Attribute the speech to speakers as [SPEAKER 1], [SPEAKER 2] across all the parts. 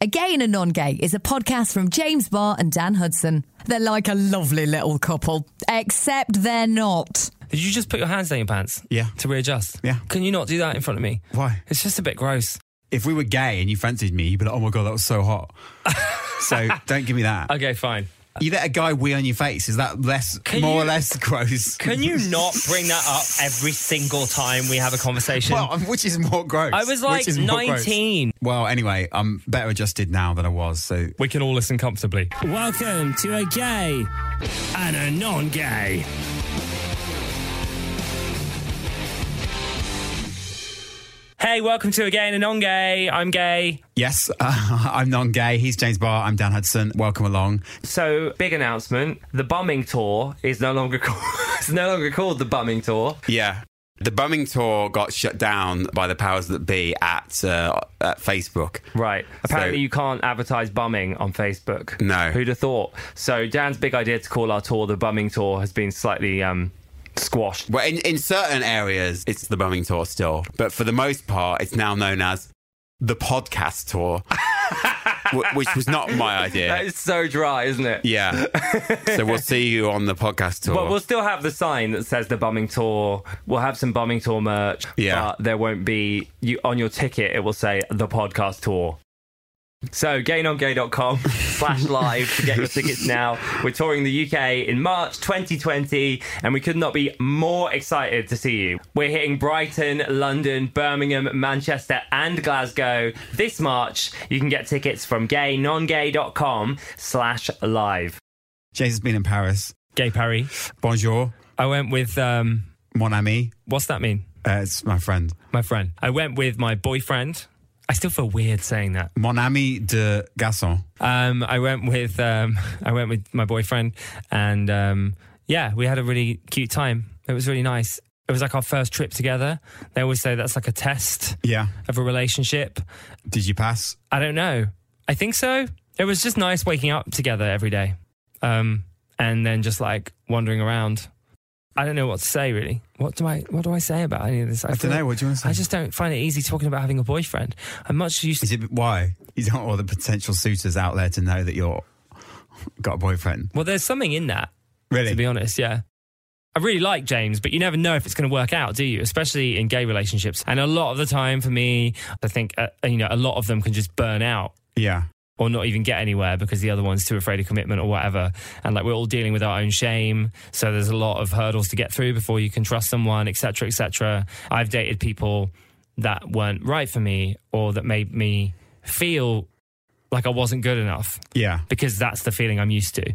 [SPEAKER 1] A Gay and a Non Gay is a podcast from James Barr and Dan Hudson. They're like a lovely little couple, except they're not.
[SPEAKER 2] Did you just put your hands down your pants?
[SPEAKER 3] Yeah.
[SPEAKER 2] To readjust?
[SPEAKER 3] Yeah.
[SPEAKER 2] Can you not do that in front of me?
[SPEAKER 3] Why?
[SPEAKER 2] It's just a bit gross.
[SPEAKER 3] If we were gay and you fancied me, you'd be like, oh my God, that was so hot. so don't give me that.
[SPEAKER 2] Okay, fine.
[SPEAKER 3] You let a guy wee on your face. Is that less,
[SPEAKER 2] Can
[SPEAKER 3] more or
[SPEAKER 2] you-
[SPEAKER 3] less gross?
[SPEAKER 2] Can you not bring that up every single time we have a conversation?
[SPEAKER 3] Well, which is more gross?
[SPEAKER 2] I was
[SPEAKER 3] Which
[SPEAKER 2] like
[SPEAKER 3] is more gross?
[SPEAKER 2] 19.
[SPEAKER 3] Well, anyway, I'm better adjusted now than I was. So
[SPEAKER 2] We can all listen comfortably.
[SPEAKER 4] Welcome to a gay and a non gay.
[SPEAKER 2] Hey, welcome to Again and On Gay. I'm gay.
[SPEAKER 3] yes, uh, I'm non-gay. He's James Barr. I'm Dan Hudson. Welcome along.
[SPEAKER 2] So, big announcement the bumming tour is no longer called, it's no longer called the bumming tour.
[SPEAKER 5] Yeah. The bumming tour got shut down by the powers that be at, uh, at Facebook.
[SPEAKER 2] Right. Apparently,
[SPEAKER 5] So-
[SPEAKER 2] you can't advertise bumming on Facebook.
[SPEAKER 5] No.
[SPEAKER 2] Who'd have thought? So, Dan's big idea to call our tour the bumming tour has been slightly um, squashed.
[SPEAKER 5] Well, in, in certain areas, it's the bumming tour still, but for the most part, it's now known as the podcast tour, wh- which was not my
[SPEAKER 2] That
[SPEAKER 5] idea.
[SPEAKER 2] is so dry, isn't it?
[SPEAKER 5] Yeah. so we'll see you on the podcast tour.
[SPEAKER 2] But we'll still have the sign that says the bumming tour. We'll have some bumming tour merch.
[SPEAKER 5] Yeah.
[SPEAKER 2] But there won't be you on your ticket it will say the podcast tour. So gaynongay.com slash live to get your tickets now. We're touring the UK in March 2020 and we could not be more excited to see you. We're hitting Brighton, London, Birmingham, Manchester and Glasgow this March. You can get tickets from gaynongay.com slash live.
[SPEAKER 3] James has been in Paris.
[SPEAKER 2] Gay Parry.
[SPEAKER 3] Bonjour,
[SPEAKER 2] I went with um
[SPEAKER 3] mon ami.
[SPEAKER 2] what's that mean?
[SPEAKER 3] Uh, it's my friend.
[SPEAKER 2] My friend. I went with my boyfriend. I still feel weird saying that.
[SPEAKER 3] Mon ami de garçon.
[SPEAKER 2] Um I went with um I went with my boyfriend and um yeah, we had a really cute time. It was really nice. It was like our first trip together. They always say that's like a test
[SPEAKER 3] Yeah.
[SPEAKER 2] of a relationship.
[SPEAKER 3] Did you pass?
[SPEAKER 2] I don't know. I think so. It was just nice waking up together every day. Um and then just like wandering around. I don't know what to say really. What do I what do I say about any of this?
[SPEAKER 3] I,
[SPEAKER 2] feel
[SPEAKER 3] don't know. What do you want to say?
[SPEAKER 2] I just don't find it easy talking about having a boyfriend. I'm much used to.
[SPEAKER 3] Is it why you don't want all the potential suitors out there to know that you're got a boyfriend?
[SPEAKER 2] Well, there's something in that, to be
[SPEAKER 3] Really?
[SPEAKER 2] honest. Yeah. I really like James, but you never know if it's going to work out, do you? Especially in gay relationships. And a lot of the time for me, I think, uh, you know, a lot of them can just burn out
[SPEAKER 3] Yeah.
[SPEAKER 2] or not even get anywhere because the other one's too afraid of commitment or whatever. And like we're all dealing with our own shame, so there's a lot of hurdles to get through before you can trust someone, etc., cetera, etc. I've dated people that weren't right for me or that made me feel like I wasn't good enough
[SPEAKER 3] Yeah.
[SPEAKER 2] because that's the feeling I'm used to.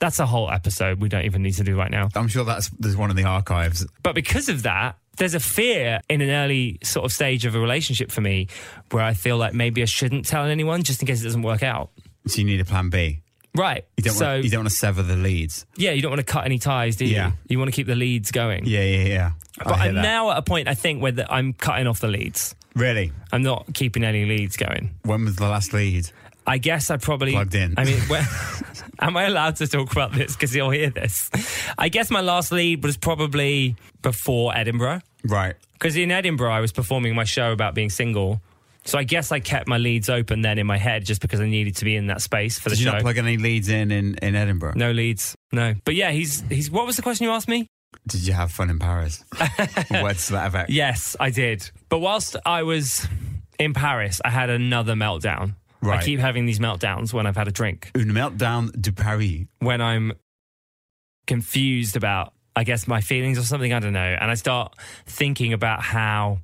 [SPEAKER 2] That's a whole episode we don't even need to do right now.
[SPEAKER 3] I'm sure that's there's one in the archives.
[SPEAKER 2] But because of that, there's a fear in an early sort of stage of a relationship for me where I feel like maybe I shouldn't tell anyone just in case it doesn't work out.
[SPEAKER 3] So you need a plan B.
[SPEAKER 2] Right.
[SPEAKER 3] You don't
[SPEAKER 2] so
[SPEAKER 3] want you don't want to sever the leads.
[SPEAKER 2] yeah, you don't want to cut any ties, do you?
[SPEAKER 3] Yeah.
[SPEAKER 2] You want to keep the leads going.
[SPEAKER 3] Yeah, yeah, yeah.
[SPEAKER 2] But I'm now at a point I think where the, I'm cutting off the leads.
[SPEAKER 3] really.
[SPEAKER 2] I'm not keeping any leads going.
[SPEAKER 3] When was the last lead?
[SPEAKER 2] I guess I probably
[SPEAKER 3] Plugged in.
[SPEAKER 2] I mean, when, am I allowed to talk about this? Because you'll hear this. I guess my last lead was probably before Edinburgh.
[SPEAKER 3] Right.
[SPEAKER 2] Because in Edinburgh, I was performing my show about being single. So I guess I kept my leads open then in my head just because I needed to be in that space for the
[SPEAKER 3] Did you
[SPEAKER 2] show.
[SPEAKER 3] not plug any leads in in, in Edinburgh?
[SPEAKER 2] no leads, no. But yeah, he's he's. What was the question you asked me?
[SPEAKER 3] Did you have fun in Paris? Words to that effect.
[SPEAKER 2] Yes, I did. But whilst I was in Paris, I had another meltdown. I
[SPEAKER 3] Right.
[SPEAKER 2] keep having these meltdowns when I've had a drink,
[SPEAKER 3] Une meltdown de Paris.
[SPEAKER 2] when I'm confused about, I guess, my feelings or something. I don't know. And I start thinking about how,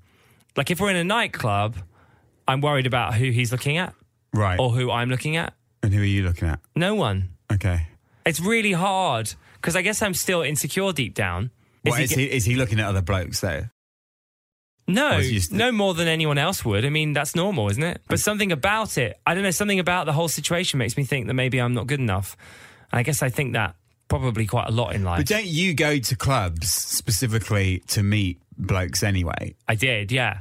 [SPEAKER 2] like, if we're in a nightclub, I'm worried about who he's looking at
[SPEAKER 3] Right.
[SPEAKER 2] or who I'm looking at.
[SPEAKER 3] And who are you looking at?
[SPEAKER 2] No one.
[SPEAKER 3] Okay.
[SPEAKER 2] It's really hard because I guess I'm still insecure deep down. Is
[SPEAKER 3] What,
[SPEAKER 2] he
[SPEAKER 3] is,
[SPEAKER 2] ge-
[SPEAKER 3] he, is he looking at other blokes though?
[SPEAKER 2] No,
[SPEAKER 3] Or is he just-
[SPEAKER 2] no more than anyone else would. I mean, that's normal, isn't it? But something about it, I don't know, something about the whole situation makes me think that maybe I'm not good enough. And I guess I think that probably quite a lot in
[SPEAKER 3] But
[SPEAKER 2] life.
[SPEAKER 3] don't you go to clubs specifically to meet blokes anyway?
[SPEAKER 2] I did, yeah.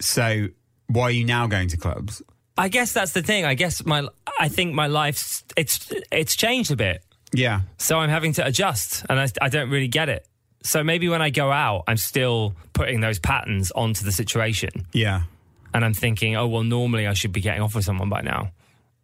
[SPEAKER 3] So why are you now going to clubs?
[SPEAKER 2] I guess that's the thing. I guess my, I think my life's it's it's changed a bit,
[SPEAKER 3] Yeah.
[SPEAKER 2] so I'm having to adjust, and I, I don't really get it. So maybe when I go out, I'm still putting those patterns onto the situation.
[SPEAKER 3] Yeah.
[SPEAKER 2] and I'm thinking, oh well, normally I should be getting off with someone by now,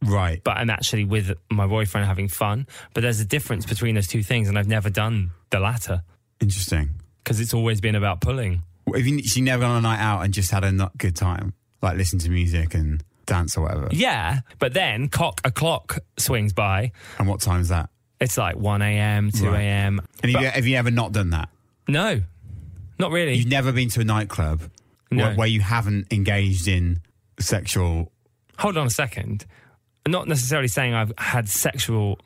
[SPEAKER 3] Right.
[SPEAKER 2] but I'm actually with my boyfriend having fun. But there's a difference between those two things, and I've never done the latter
[SPEAKER 3] Interesting.
[SPEAKER 2] because it's always been about pulling.
[SPEAKER 3] Have you, she never gone on a night out and just had a not good time, like listen to music and dance or whatever.
[SPEAKER 2] Yeah, but then cock a clock swings by.
[SPEAKER 3] And what time is that?
[SPEAKER 2] It's like 1 a.m., 2
[SPEAKER 3] Right.
[SPEAKER 2] a.m.
[SPEAKER 3] And have you, have you ever not done that?
[SPEAKER 2] No, not really.
[SPEAKER 3] You've never been to a nightclub
[SPEAKER 2] No.
[SPEAKER 3] where, where you haven't engaged in sexual.
[SPEAKER 2] Hold on a second. I'm not necessarily saying I've had sexual.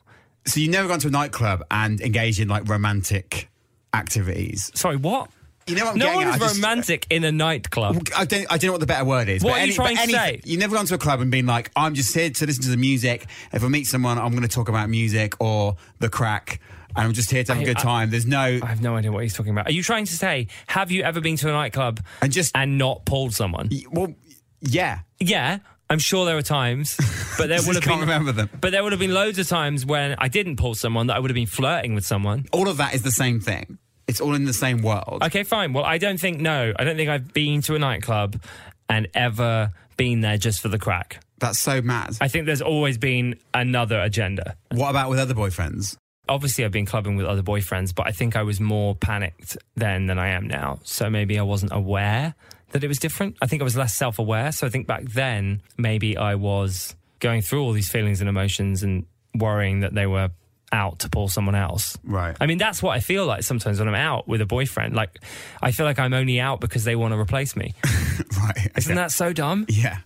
[SPEAKER 3] So you've never gone to a nightclub and engaged in like romantic activities.
[SPEAKER 2] Sorry, what?
[SPEAKER 3] You know what I'm
[SPEAKER 2] no
[SPEAKER 3] getting
[SPEAKER 2] one
[SPEAKER 3] at?
[SPEAKER 2] is
[SPEAKER 3] I just-
[SPEAKER 2] romantic in a nightclub.
[SPEAKER 3] I don't, I don't know what the better word is.
[SPEAKER 2] What
[SPEAKER 3] but
[SPEAKER 2] are you
[SPEAKER 3] but
[SPEAKER 2] trying to say?
[SPEAKER 3] You've never gone to a club and been like, I'm just here to listen to the music. If I meet someone, I'm going to talk about music or the crack. And I'm just here to have a good time. There's no.
[SPEAKER 2] I have no idea what he's talking about. Are you trying to say, have you ever been to a nightclub
[SPEAKER 3] And just-
[SPEAKER 2] and not pulled someone?
[SPEAKER 3] well, yeah.
[SPEAKER 2] yeah, I'm sure there were times, but there
[SPEAKER 3] Just
[SPEAKER 2] would have
[SPEAKER 3] can't
[SPEAKER 2] been.
[SPEAKER 3] remember them.
[SPEAKER 2] But there would have been loads of times when I didn't pull someone that I would have been flirting with someone.
[SPEAKER 3] All of that is the same thing. It's all in the same world.
[SPEAKER 2] Okay, fine. Well, I don't think no. I don't think I've been to a nightclub and ever been there just for the crack.
[SPEAKER 3] That's so mad.
[SPEAKER 2] I think there's always been another agenda.
[SPEAKER 3] What about with other boyfriends?
[SPEAKER 2] obviously I've been clubbing with other boyfriends, but I think I was more panicked then than I am now. So maybe I wasn't aware that it was different. I think I was less self aware. So I think back then, maybe I was going through all these feelings and emotions and worrying that they were out to pull someone else.
[SPEAKER 3] Right.
[SPEAKER 2] I mean, that's what I feel like sometimes when I'm out with a boyfriend. Like, I feel like I'm only out because they want to replace me.
[SPEAKER 3] Right.
[SPEAKER 2] Isn't that so dumb?
[SPEAKER 3] Yeah.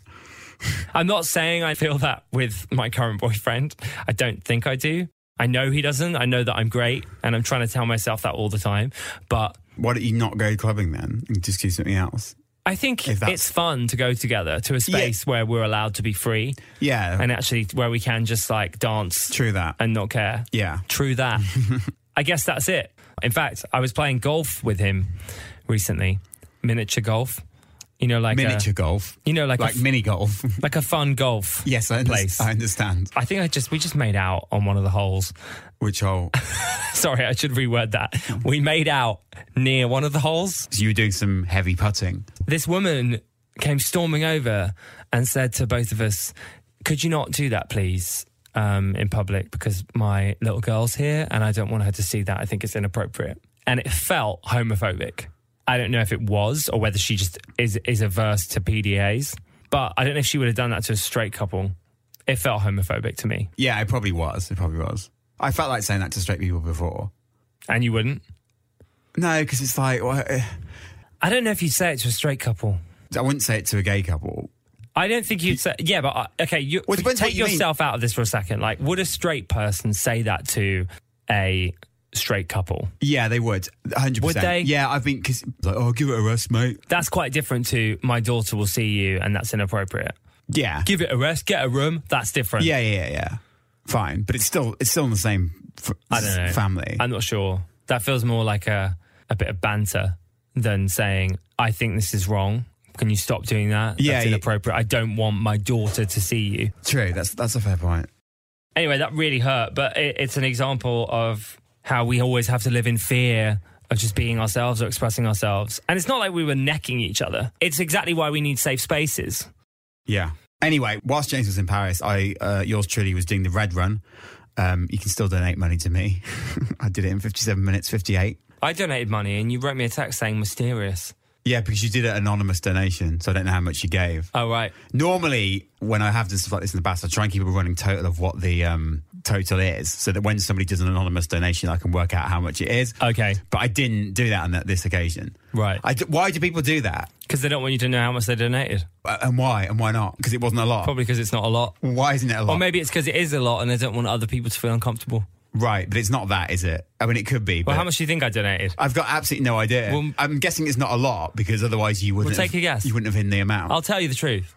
[SPEAKER 2] I'm not saying I feel that with my current boyfriend. I don't think I do. I know he doesn't. I know that I'm great and I'm trying to tell myself that all the time. But
[SPEAKER 3] Why don't you not go clubbing then and just do something else?
[SPEAKER 2] I think
[SPEAKER 3] If that's-
[SPEAKER 2] it's fun to go together to a space where we're allowed to be free
[SPEAKER 3] Yeah.
[SPEAKER 2] and actually where we can just like dance
[SPEAKER 3] true that.
[SPEAKER 2] and not care.
[SPEAKER 3] yeah.
[SPEAKER 2] True that. I guess that's it. In fact, I was playing golf with him recently, miniature golf. You know, like
[SPEAKER 3] Miniature golf.
[SPEAKER 2] a, you know, like
[SPEAKER 3] Like
[SPEAKER 2] a, f-
[SPEAKER 3] mini golf.
[SPEAKER 2] like a fun golf.
[SPEAKER 3] yes, I, under-
[SPEAKER 2] Place.
[SPEAKER 3] I understand.
[SPEAKER 2] I think I just we just made out on one of the holes.
[SPEAKER 3] Which hole?
[SPEAKER 2] Sorry, I should reword that. We made out near one of the holes.
[SPEAKER 3] So you were doing some heavy putting.
[SPEAKER 2] This woman came storming over and said to both of us, Could you not do that, please, um, in public? Because my little girl's here and I don't want her to see that. I think it's inappropriate. And it felt homophobic. I don't know if it was or whether she just is, is averse to PDAs, but I don't know if she would have done that to a straight couple. It felt homophobic to me.
[SPEAKER 3] Yeah, it probably was. It probably was. I felt like saying that to straight people before.
[SPEAKER 2] And you wouldn't?
[SPEAKER 3] No, because it's like, well, eh,
[SPEAKER 2] I don't know if you'd say it to a straight couple.
[SPEAKER 3] I wouldn't say it to a gay couple.
[SPEAKER 2] I don't think you'd say. Yeah, but uh, okay, you
[SPEAKER 3] Well, it depends
[SPEAKER 2] take
[SPEAKER 3] what you mean.
[SPEAKER 2] yourself out of this for a second. Like, would a straight person say that to a straight couple?
[SPEAKER 3] Yeah, they would. 100%.
[SPEAKER 2] Would they?
[SPEAKER 3] Yeah, I think because, like, oh, give it a rest, mate.
[SPEAKER 2] That's quite different to my daughter will see you, and that's inappropriate.
[SPEAKER 3] Yeah.
[SPEAKER 2] Give it a rest, get a room. That's different.
[SPEAKER 3] yeah, yeah, yeah, yeah. Fine. But it's still it's still in the same f-
[SPEAKER 2] I don't know.
[SPEAKER 3] family.
[SPEAKER 2] I'm not sure. That feels more like a a bit of banter than saying, "I think this is wrong." Can you stop doing that?
[SPEAKER 3] Yeah,
[SPEAKER 2] that's
[SPEAKER 3] yeah.
[SPEAKER 2] inappropriate. I don't want my daughter to see you.
[SPEAKER 3] True. That's, that's a fair point.
[SPEAKER 2] anyway, that really hurt, but it, it's an example of how we always have to live in fear of just being ourselves or expressing ourselves. And it's not like we were necking each other. It's exactly why we need safe spaces.
[SPEAKER 3] Yeah. Anyway, whilst James was in Paris, I uh, yours truly was doing the red run. Um, you can still donate money to me. I did it in 57 minutes 58.
[SPEAKER 2] I donated money and you wrote me a text saying mysterious.
[SPEAKER 3] Yeah, because you did an anonymous donation, so I don't know how much you gave.
[SPEAKER 2] Oh, right.
[SPEAKER 3] Normally, when I have this stuff like this in the past, I try and keep a running total of what the um, total is, so that when somebody does an anonymous donation, I can work out how much it is.
[SPEAKER 2] Okay.
[SPEAKER 3] But I didn't do that on that, this occasion.
[SPEAKER 2] Right.
[SPEAKER 3] I d- why do people do that?
[SPEAKER 2] Because they don't want you to know how much they donated.
[SPEAKER 3] Uh, And why? And why not? Because it wasn't a lot.
[SPEAKER 2] Probably because it's not a lot.
[SPEAKER 3] Why isn't it a lot?
[SPEAKER 2] Or maybe it's because it is a lot and they don't want other people to feel uncomfortable.
[SPEAKER 3] right, but it's not that, is it? I mean, it could be.
[SPEAKER 2] Well,
[SPEAKER 3] but
[SPEAKER 2] how much do you think I donated?
[SPEAKER 3] I've got absolutely no idea.
[SPEAKER 2] Well-
[SPEAKER 3] I'm guessing it's not a lot because otherwise you wouldn't.
[SPEAKER 2] Well, take
[SPEAKER 3] have,
[SPEAKER 2] a guess.
[SPEAKER 3] You wouldn't have in the amount.
[SPEAKER 2] I'll tell you the truth.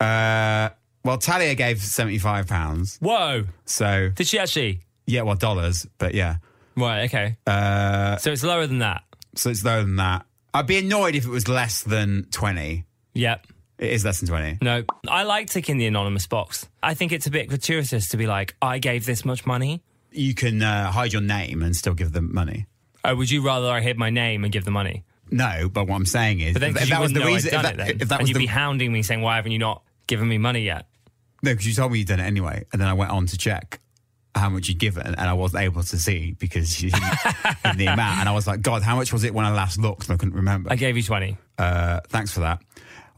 [SPEAKER 3] uh, well, Talia gave seventy-five pounds.
[SPEAKER 2] Whoa.
[SPEAKER 3] So
[SPEAKER 2] Did she actually?
[SPEAKER 3] yeah, well, dollars, but yeah.
[SPEAKER 2] Right, okay.
[SPEAKER 3] Uh,
[SPEAKER 2] so it's lower than that.
[SPEAKER 3] so it's lower than that. I'd be annoyed if it was less than twenty.
[SPEAKER 2] Yep.
[SPEAKER 3] It is less than twenty.
[SPEAKER 2] No, I like ticking the anonymous box. I think it's a bit gratuitous to be like, I gave this much money.
[SPEAKER 3] You can uh, hide your name and still give them money.
[SPEAKER 2] Oh, would you rather I hid my name and give the money?
[SPEAKER 3] No, but what I'm saying is,
[SPEAKER 2] But then 'cause
[SPEAKER 3] if
[SPEAKER 2] you
[SPEAKER 3] that was
[SPEAKER 2] wouldn't
[SPEAKER 3] the
[SPEAKER 2] know I'd
[SPEAKER 3] reason, if
[SPEAKER 2] done
[SPEAKER 3] that,
[SPEAKER 2] it then.
[SPEAKER 3] if that
[SPEAKER 2] and
[SPEAKER 3] was
[SPEAKER 2] you'd
[SPEAKER 3] the
[SPEAKER 2] be hounding me saying, why haven't you not given me money yet?
[SPEAKER 3] No, because you told me you'd done it anyway, and then I went on to check how much you'd given, and I wasn't able to see because you didn't give the amount. And I was like, God, how much was it when I last looked? And I couldn't remember.
[SPEAKER 2] I gave you 20.
[SPEAKER 3] Uh, thanks for that.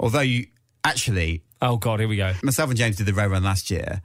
[SPEAKER 3] Although you actually,
[SPEAKER 2] Oh, God, here we go.
[SPEAKER 3] myself and James did the red run last year.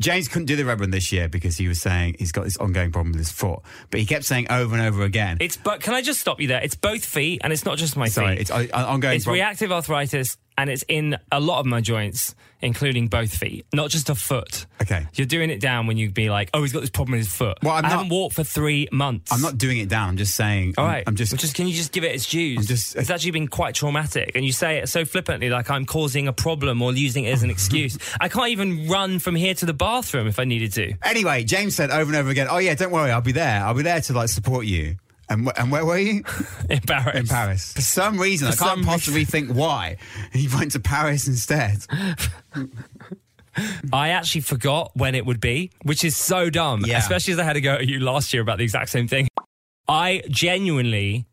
[SPEAKER 3] James couldn't do the red run this year because he was saying he's got this ongoing problem with his foot, but he kept saying over and over again.
[SPEAKER 2] It's but can I just stop you there? It's both feet, and it's not just my
[SPEAKER 3] Sorry,
[SPEAKER 2] feet.
[SPEAKER 3] it's uh, ongoing.
[SPEAKER 2] It's
[SPEAKER 3] problem.
[SPEAKER 2] reactive arthritis, and it's in a lot of my joints, including both feet, not just a foot.
[SPEAKER 3] Okay.
[SPEAKER 2] You're doing it down when you'd be like, oh, he's got this problem with his foot.
[SPEAKER 3] Well, I'm
[SPEAKER 2] I
[SPEAKER 3] not-
[SPEAKER 2] haven't walked for three months.
[SPEAKER 3] I'm not doing it down. I'm just saying.
[SPEAKER 2] All
[SPEAKER 3] I'm-
[SPEAKER 2] right.
[SPEAKER 3] I'm just.
[SPEAKER 2] Can you just give it its dues?
[SPEAKER 3] just- uh,
[SPEAKER 2] it's actually been quite traumatic, and you say it so flippantly, like I'm causing a problem or using it as an excuse. I can't even run from here to the bathroom if I needed to.
[SPEAKER 3] Anyway, James said over and over again, "Oh yeah, don't worry, I'll be there. I'll be there to like support you." And wh- and where were you?
[SPEAKER 2] Embarrassed.
[SPEAKER 3] In Paris. For some reason, I
[SPEAKER 2] some
[SPEAKER 3] can't possibly think why he went to Paris instead.
[SPEAKER 2] I actually forgot when it would be, which is so dumb,
[SPEAKER 3] Yeah.
[SPEAKER 2] especially as I had to go at you last year about the exact same thing. I genuinely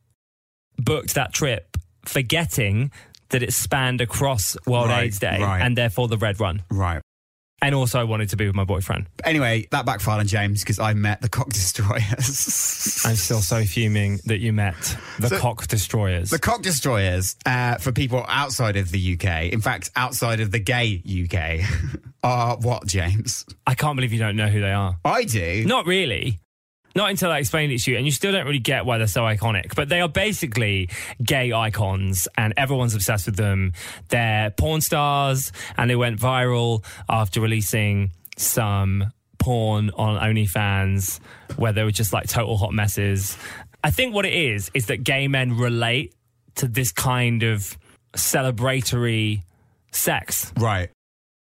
[SPEAKER 2] booked that trip forgetting that it spanned across World
[SPEAKER 3] Right,
[SPEAKER 2] AIDS Day
[SPEAKER 3] right.
[SPEAKER 2] and therefore the Red Run.
[SPEAKER 3] Right.
[SPEAKER 2] And also, I wanted to be with my boyfriend.
[SPEAKER 3] Anyway, that backfired on James because I met the cock destroyers.
[SPEAKER 2] I'm still so fuming that you met the
[SPEAKER 3] So-
[SPEAKER 2] Cock Destroyers.
[SPEAKER 3] The cock destroyers uh, for people outside of the UK, in fact, outside of the gay UK, are what, James?
[SPEAKER 2] I can't believe you don't know who they are.
[SPEAKER 3] I do.
[SPEAKER 2] Not really. Not until I explained it to you, and you still don't really get why they're so iconic. But they are basically gay icons, and everyone's obsessed with them. They're porn stars, and they went viral after releasing some porn on OnlyFans where they were just like total hot messes. I think what it is is that gay men relate to this kind of celebratory sex.
[SPEAKER 3] Right.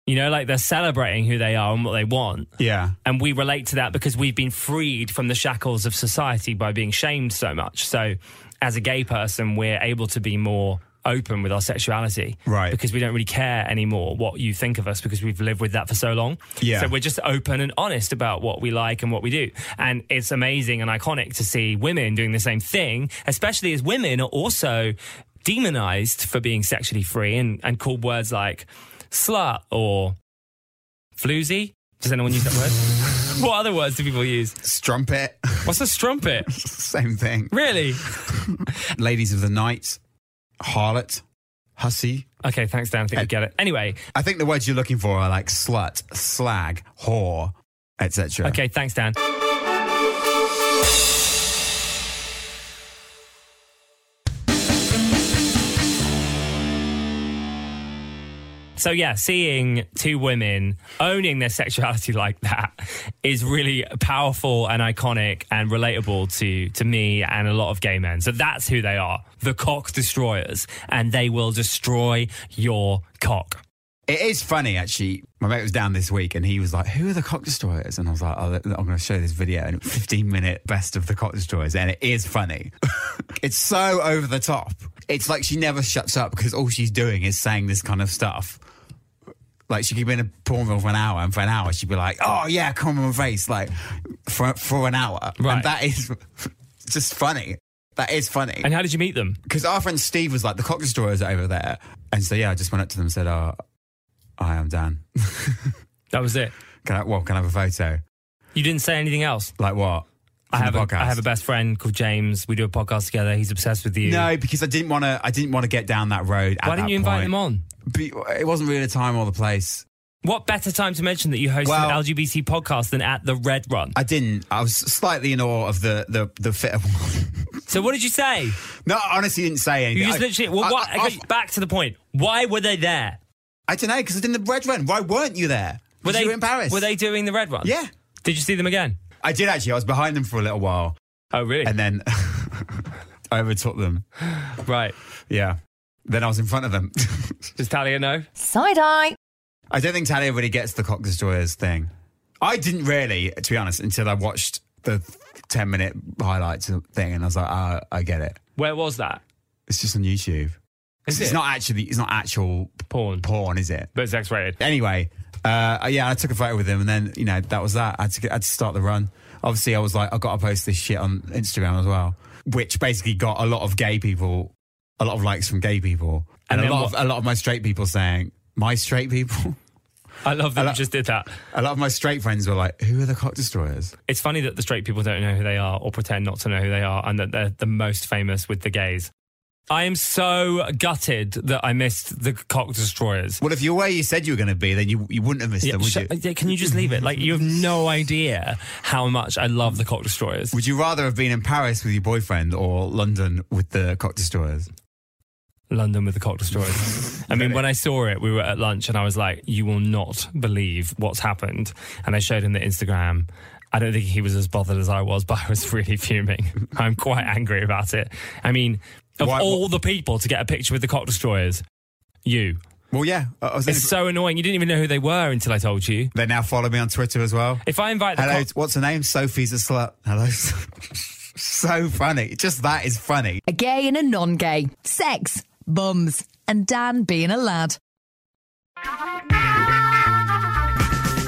[SPEAKER 2] You know, like they're celebrating who they are and what they want.
[SPEAKER 3] Yeah.
[SPEAKER 2] And we relate to that because we've been freed from the shackles of society by being shamed so much. So, as a gay person, we're able to be more open with our sexuality.
[SPEAKER 3] Right.
[SPEAKER 2] Because we don't really care anymore what you think of us because we've lived with that for so long.
[SPEAKER 3] Yeah.
[SPEAKER 2] So, we're just open and honest about what we like and what we do. And it's amazing and iconic to see women doing the same thing, especially as women are also demonized for being sexually free and, and called words like slut or floozy. Does anyone use that word? what other words do people use?
[SPEAKER 3] Strumpet.
[SPEAKER 2] What's a strumpet?
[SPEAKER 3] Same thing.
[SPEAKER 2] Really?
[SPEAKER 3] Ladies of the night. Harlot. Hussy.
[SPEAKER 2] Okay, thanks, Dan. I think we get it. Anyway,
[SPEAKER 3] I think the words you're looking for are like slut, slag, whore, etc.
[SPEAKER 2] okay, thanks, Dan. So, yeah, seeing two women owning their sexuality like that is really powerful and iconic and relatable to, to me and a lot of gay men. So, that's who they are the cock destroyers, and they will destroy your cock.
[SPEAKER 3] It is funny, actually. My mate was down this week and he was like, Who are the cock destroyers? And I was like, oh, I'm going to show this video and 15 minute best of the cock destroyers. And it is funny. it's so over the top. It's like she never shuts up because all she's doing is saying this kind of stuff. Like she could be in a porn film for an hour and for an hour she'd be like, Oh, yeah, come on my face, like for, for an hour.
[SPEAKER 2] Right.
[SPEAKER 3] And that is just funny. That is funny.
[SPEAKER 2] And how did you meet them?
[SPEAKER 3] because our friend Steve was like, the cock destroyers are over there. And so, yeah, I just went up to them and said, oh, I am Dan.
[SPEAKER 2] That was it.
[SPEAKER 3] Can I, well, can I have a photo?
[SPEAKER 2] You didn't say anything else.
[SPEAKER 3] Like what?
[SPEAKER 2] I
[SPEAKER 3] From
[SPEAKER 2] have,
[SPEAKER 3] the
[SPEAKER 2] a,
[SPEAKER 3] podcast?
[SPEAKER 2] I have a best friend called James. We do a podcast together. He's obsessed with you.
[SPEAKER 3] No, because I didn't want to. I didn't want to get down that road.
[SPEAKER 2] Why didn't you invite them on?
[SPEAKER 3] on? It wasn't really the time or the place.
[SPEAKER 2] What better time to mention that you host
[SPEAKER 3] Well-
[SPEAKER 2] an LGBT podcast than at the Red Run?
[SPEAKER 3] I didn't. I was slightly in awe of the the the fitter one.
[SPEAKER 2] so what did you say?
[SPEAKER 3] no, I honestly didn't say anything.
[SPEAKER 2] You just
[SPEAKER 3] I-
[SPEAKER 2] literally. Well,
[SPEAKER 3] I,
[SPEAKER 2] what,
[SPEAKER 3] I,
[SPEAKER 2] okay, back to the point. Why were they there?
[SPEAKER 3] don't know because I didn't the red run. Why weren't you there?
[SPEAKER 2] Were
[SPEAKER 3] Because
[SPEAKER 2] they
[SPEAKER 3] you were in Paris?
[SPEAKER 2] Were they doing the Red Run?
[SPEAKER 3] Yeah,
[SPEAKER 2] Did you see them again?
[SPEAKER 3] I did actually. I was behind them for a little while,
[SPEAKER 2] Oh, really?
[SPEAKER 3] and then I overtook them.
[SPEAKER 2] right.
[SPEAKER 3] Yeah, then I was in front of them.
[SPEAKER 2] Does Talia know?
[SPEAKER 1] Side eye.
[SPEAKER 3] I don't think Talia really gets the cock destroyers thing. I didn't really, to be honest, until I watched the ten minute highlights thing, and I was like, oh, I get it.
[SPEAKER 2] Where was that?
[SPEAKER 3] It's just on YouTube.
[SPEAKER 2] Is
[SPEAKER 3] it's
[SPEAKER 2] it?
[SPEAKER 3] not actually, it's not actual
[SPEAKER 2] porn,
[SPEAKER 3] porn, is it?
[SPEAKER 2] but it's X-rated.
[SPEAKER 3] Anyway, uh, yeah, I took a photo with him, and then you know that was that. I had to, get- I had to start the run. Obviously, I was like, I got to post this shit on Instagram as well, which basically got a lot of gay people
[SPEAKER 6] a lot of likes from gay people and,
[SPEAKER 7] And
[SPEAKER 6] a
[SPEAKER 7] then
[SPEAKER 6] lot of a lot of my straight people saying my straight people.
[SPEAKER 7] I love that
[SPEAKER 6] I
[SPEAKER 7] you
[SPEAKER 6] lo-
[SPEAKER 7] just did that.
[SPEAKER 6] A lot of my straight friends were like, "Who are the cock destroyers?"
[SPEAKER 7] It's funny that the straight people don't know who they are or pretend not to know who they are and that they're the most famous with the gays. I am so gutted that I missed the cock destroyers.
[SPEAKER 6] Well, if you're where you said you were going to be, then you you wouldn't have missed
[SPEAKER 7] Yeah,
[SPEAKER 6] them, would
[SPEAKER 7] sh-
[SPEAKER 6] you?
[SPEAKER 7] yeah, can you just leave it? Like you have no idea how much I love the cock destroyers.
[SPEAKER 6] Would you rather have been in Paris with your boyfriend or London with the cock destroyers?
[SPEAKER 7] London with the cock destroyers. I mean, when I saw it, we were at lunch and I was like, you will not believe what's happened. And I showed him the Instagram. I don't think he was as bothered as I was, but I was really fuming. I'm quite angry about it. I mean, of
[SPEAKER 6] Why-
[SPEAKER 7] all the people to get a picture with the cock destroyers, you.
[SPEAKER 6] Well, yeah, I I was
[SPEAKER 7] It's
[SPEAKER 6] in-
[SPEAKER 7] so annoying. You didn't even know who they were until I told you.
[SPEAKER 6] they now follow me on Twitter as well.
[SPEAKER 7] If I invite the
[SPEAKER 6] Hello,
[SPEAKER 7] cock-
[SPEAKER 6] what's her name? Sophie's a slut. Hello. so funny. Just that is funny.
[SPEAKER 1] A gay and a non gay. Sex, bums, and Dan being a lad.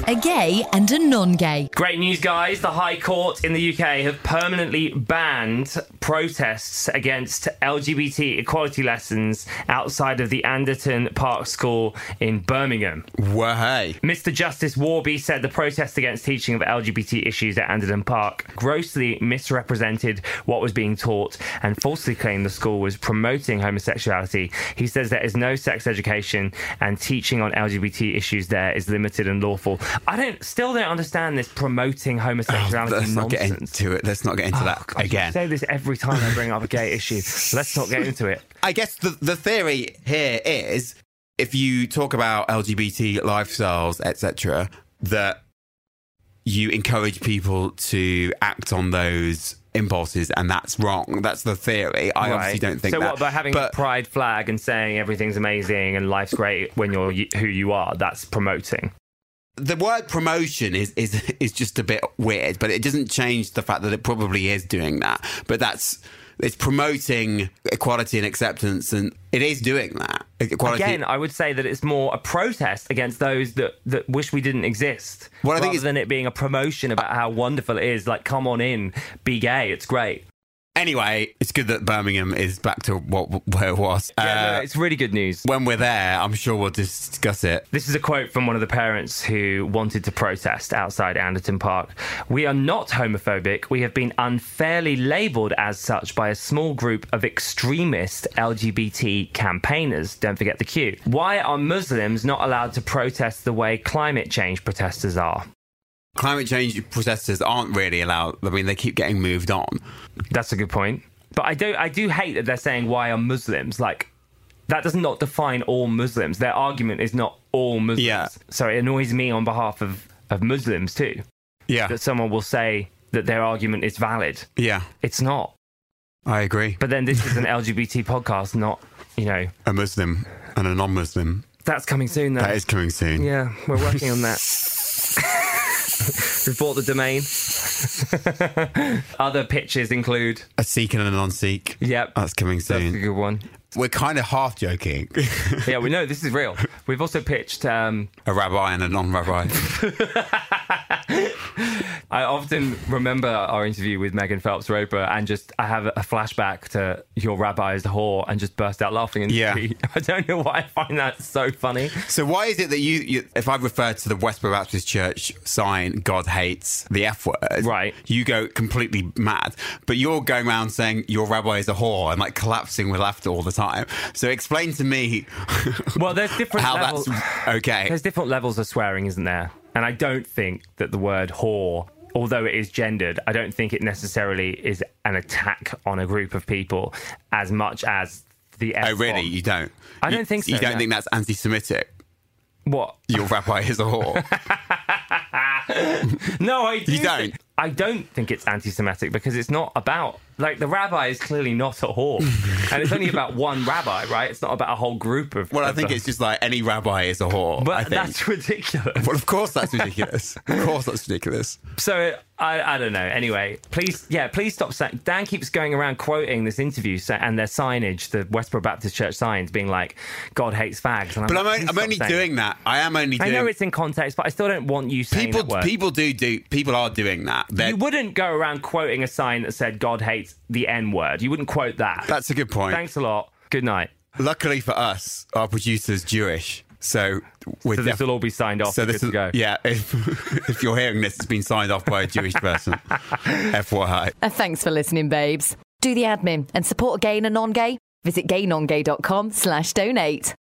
[SPEAKER 1] A gay and a non gay.
[SPEAKER 2] Great news, guys. The High Court in the UK have permanently banned protests against LGBT equality lessons outside of the Anderton Park School in Birmingham.
[SPEAKER 3] Well, hey.
[SPEAKER 2] Mr. Justice Warby said the protest against teaching of LGBT issues at Anderton Park grossly misrepresented what was being taught and falsely claimed the school was promoting homosexuality. He says there is no sex education and teaching on LGBT issues there is limited and lawful. I don't still don't understand this promoting homosexuality
[SPEAKER 3] Oh, Let's not get
[SPEAKER 2] nonsense. Ah,
[SPEAKER 3] into it. Let's not get into that
[SPEAKER 2] God,
[SPEAKER 3] again.
[SPEAKER 2] I say this every time I bring up a gay issue. Let's not get into it.
[SPEAKER 3] I guess the, the theory here is if you talk about LGBT lifestyles, etc., that you encourage people to act on those impulses, and that's wrong. That's the theory. I obviously
[SPEAKER 2] Right.
[SPEAKER 3] don't think
[SPEAKER 2] so.
[SPEAKER 3] that.
[SPEAKER 2] What about having
[SPEAKER 3] but
[SPEAKER 2] a pride flag and saying everything's amazing and life's great when you're y- who you are? That's promoting.
[SPEAKER 3] the word promotion is is is just a bit weird, but it doesn't change the fact that it probably is doing that. But that's it's promoting equality and acceptance, and it is doing that. Equality.
[SPEAKER 2] Again, I would say that it's more a protest against those that, that wish we didn't exist,
[SPEAKER 3] Well, I
[SPEAKER 2] rather
[SPEAKER 3] think it's-
[SPEAKER 2] than it being a promotion about how wonderful it is. Like, come on in, be gay, it's great.
[SPEAKER 3] Anyway, it's good that Birmingham is back to what where it was.
[SPEAKER 2] yeah, no,
[SPEAKER 3] Uh,
[SPEAKER 2] it's really good news.
[SPEAKER 3] when we're there, I'm sure we'll discuss it.
[SPEAKER 2] This is a quote from one of the parents who wanted to protest outside Anderton Park. We are not homophobic. We have been unfairly labelled as such by a small group of extremist LGBT campaigners. Don't forget the Q. Why are Muslims not allowed to protest the way climate change protesters are?
[SPEAKER 3] Climate change protesters aren't really allowed. I mean, they keep getting moved on.
[SPEAKER 2] That's a good point. But I do I do hate that they're saying why are Muslims like that does not define all Muslims. Their argument is not all Muslims.
[SPEAKER 3] Yeah.
[SPEAKER 2] So it annoys me on behalf of, of Muslims too.
[SPEAKER 3] Yeah,
[SPEAKER 2] that someone will say that their argument is valid.
[SPEAKER 3] yeah,
[SPEAKER 2] It's not.
[SPEAKER 3] I agree.
[SPEAKER 2] But then this is an LGBT podcast, not, you know,
[SPEAKER 3] A Muslim and a non-Muslim
[SPEAKER 2] that's coming soon though.
[SPEAKER 3] that is coming soon.
[SPEAKER 2] yeah, we're working on that. We've bought the domain. Other pitches include,
[SPEAKER 3] A Sikh and a non-Sikh.
[SPEAKER 2] yep,
[SPEAKER 3] That's coming
[SPEAKER 2] that's a
[SPEAKER 3] soon.
[SPEAKER 2] good one.
[SPEAKER 3] We're kind of half joking.
[SPEAKER 2] Yeah, we know this is real. We've also pitched um,
[SPEAKER 3] a rabbi and a non-rabbi.
[SPEAKER 2] I often remember our interview with Megan Phelps Roper and just I have a flashback to your rabbi is a whore and just burst out laughing. And
[SPEAKER 3] Yeah.
[SPEAKER 2] I don't know why I find that so funny.
[SPEAKER 3] so why is it that you, you, if I refer to the Westboro Baptist Church sign, God hates the F word,
[SPEAKER 2] Right.
[SPEAKER 3] You go completely mad, but you're going around saying your rabbi is a whore and like collapsing with laughter all the time. So explain to me
[SPEAKER 2] Well, there's different
[SPEAKER 3] how
[SPEAKER 2] levels.
[SPEAKER 3] that's okay.
[SPEAKER 2] There's different levels of swearing, isn't there? And I don't think that the word whore, although it is gendered, I don't think it necessarily is an attack on a group of people as much as the.
[SPEAKER 3] Oh,
[SPEAKER 2] F-bomb.
[SPEAKER 3] really? You don't?
[SPEAKER 2] I don't
[SPEAKER 3] You-
[SPEAKER 2] think so,
[SPEAKER 3] You don't
[SPEAKER 2] no.
[SPEAKER 3] think that's anti-Semitic?
[SPEAKER 2] What?
[SPEAKER 3] Your rabbi is a whore.
[SPEAKER 2] No, I do.
[SPEAKER 3] You don't?
[SPEAKER 2] think- I don't think it's anti-Semitic because it's not about like the rabbi is clearly not a whore, and it's only about one rabbi, right? It's not about a whole group of.
[SPEAKER 3] well, I
[SPEAKER 2] of
[SPEAKER 3] think
[SPEAKER 2] them.
[SPEAKER 3] it's just like any rabbi is a whore. I
[SPEAKER 2] But
[SPEAKER 3] think.
[SPEAKER 2] that's ridiculous.
[SPEAKER 3] well, of course that's ridiculous. of course that's ridiculous.
[SPEAKER 2] So I, I don't know. Anyway, please, yeah, please stop saying. Dan keeps going around quoting this interview sa- and their signage, the Westboro Baptist Church signs, being like, "God hates fags." And
[SPEAKER 3] But I'm,
[SPEAKER 2] like,
[SPEAKER 3] only,
[SPEAKER 2] please
[SPEAKER 3] I'm
[SPEAKER 2] stop
[SPEAKER 3] only
[SPEAKER 2] saying
[SPEAKER 3] doing that. I am only
[SPEAKER 2] that. I
[SPEAKER 3] doing.
[SPEAKER 2] know it's in context, but I still don't want you saying
[SPEAKER 3] people.
[SPEAKER 2] that word.
[SPEAKER 3] People do do. People are doing that. They're-
[SPEAKER 2] you wouldn't go around quoting a sign that said "God hates the N word." You wouldn't quote that.
[SPEAKER 3] That's a good point.
[SPEAKER 2] Thanks a lot. Good night.
[SPEAKER 3] Luckily for us, our producer's Jewish, so we're
[SPEAKER 2] So this will all be signed off.
[SPEAKER 3] so
[SPEAKER 2] and
[SPEAKER 3] this
[SPEAKER 2] good
[SPEAKER 3] is
[SPEAKER 2] to go.
[SPEAKER 3] yeah. If, if you're hearing this, it's been signed off by a Jewish person. FYI,
[SPEAKER 1] Uh, thanks for listening, babes. Do the admin and support a gay and a non-gay. Visit gaynongay.com slash donate.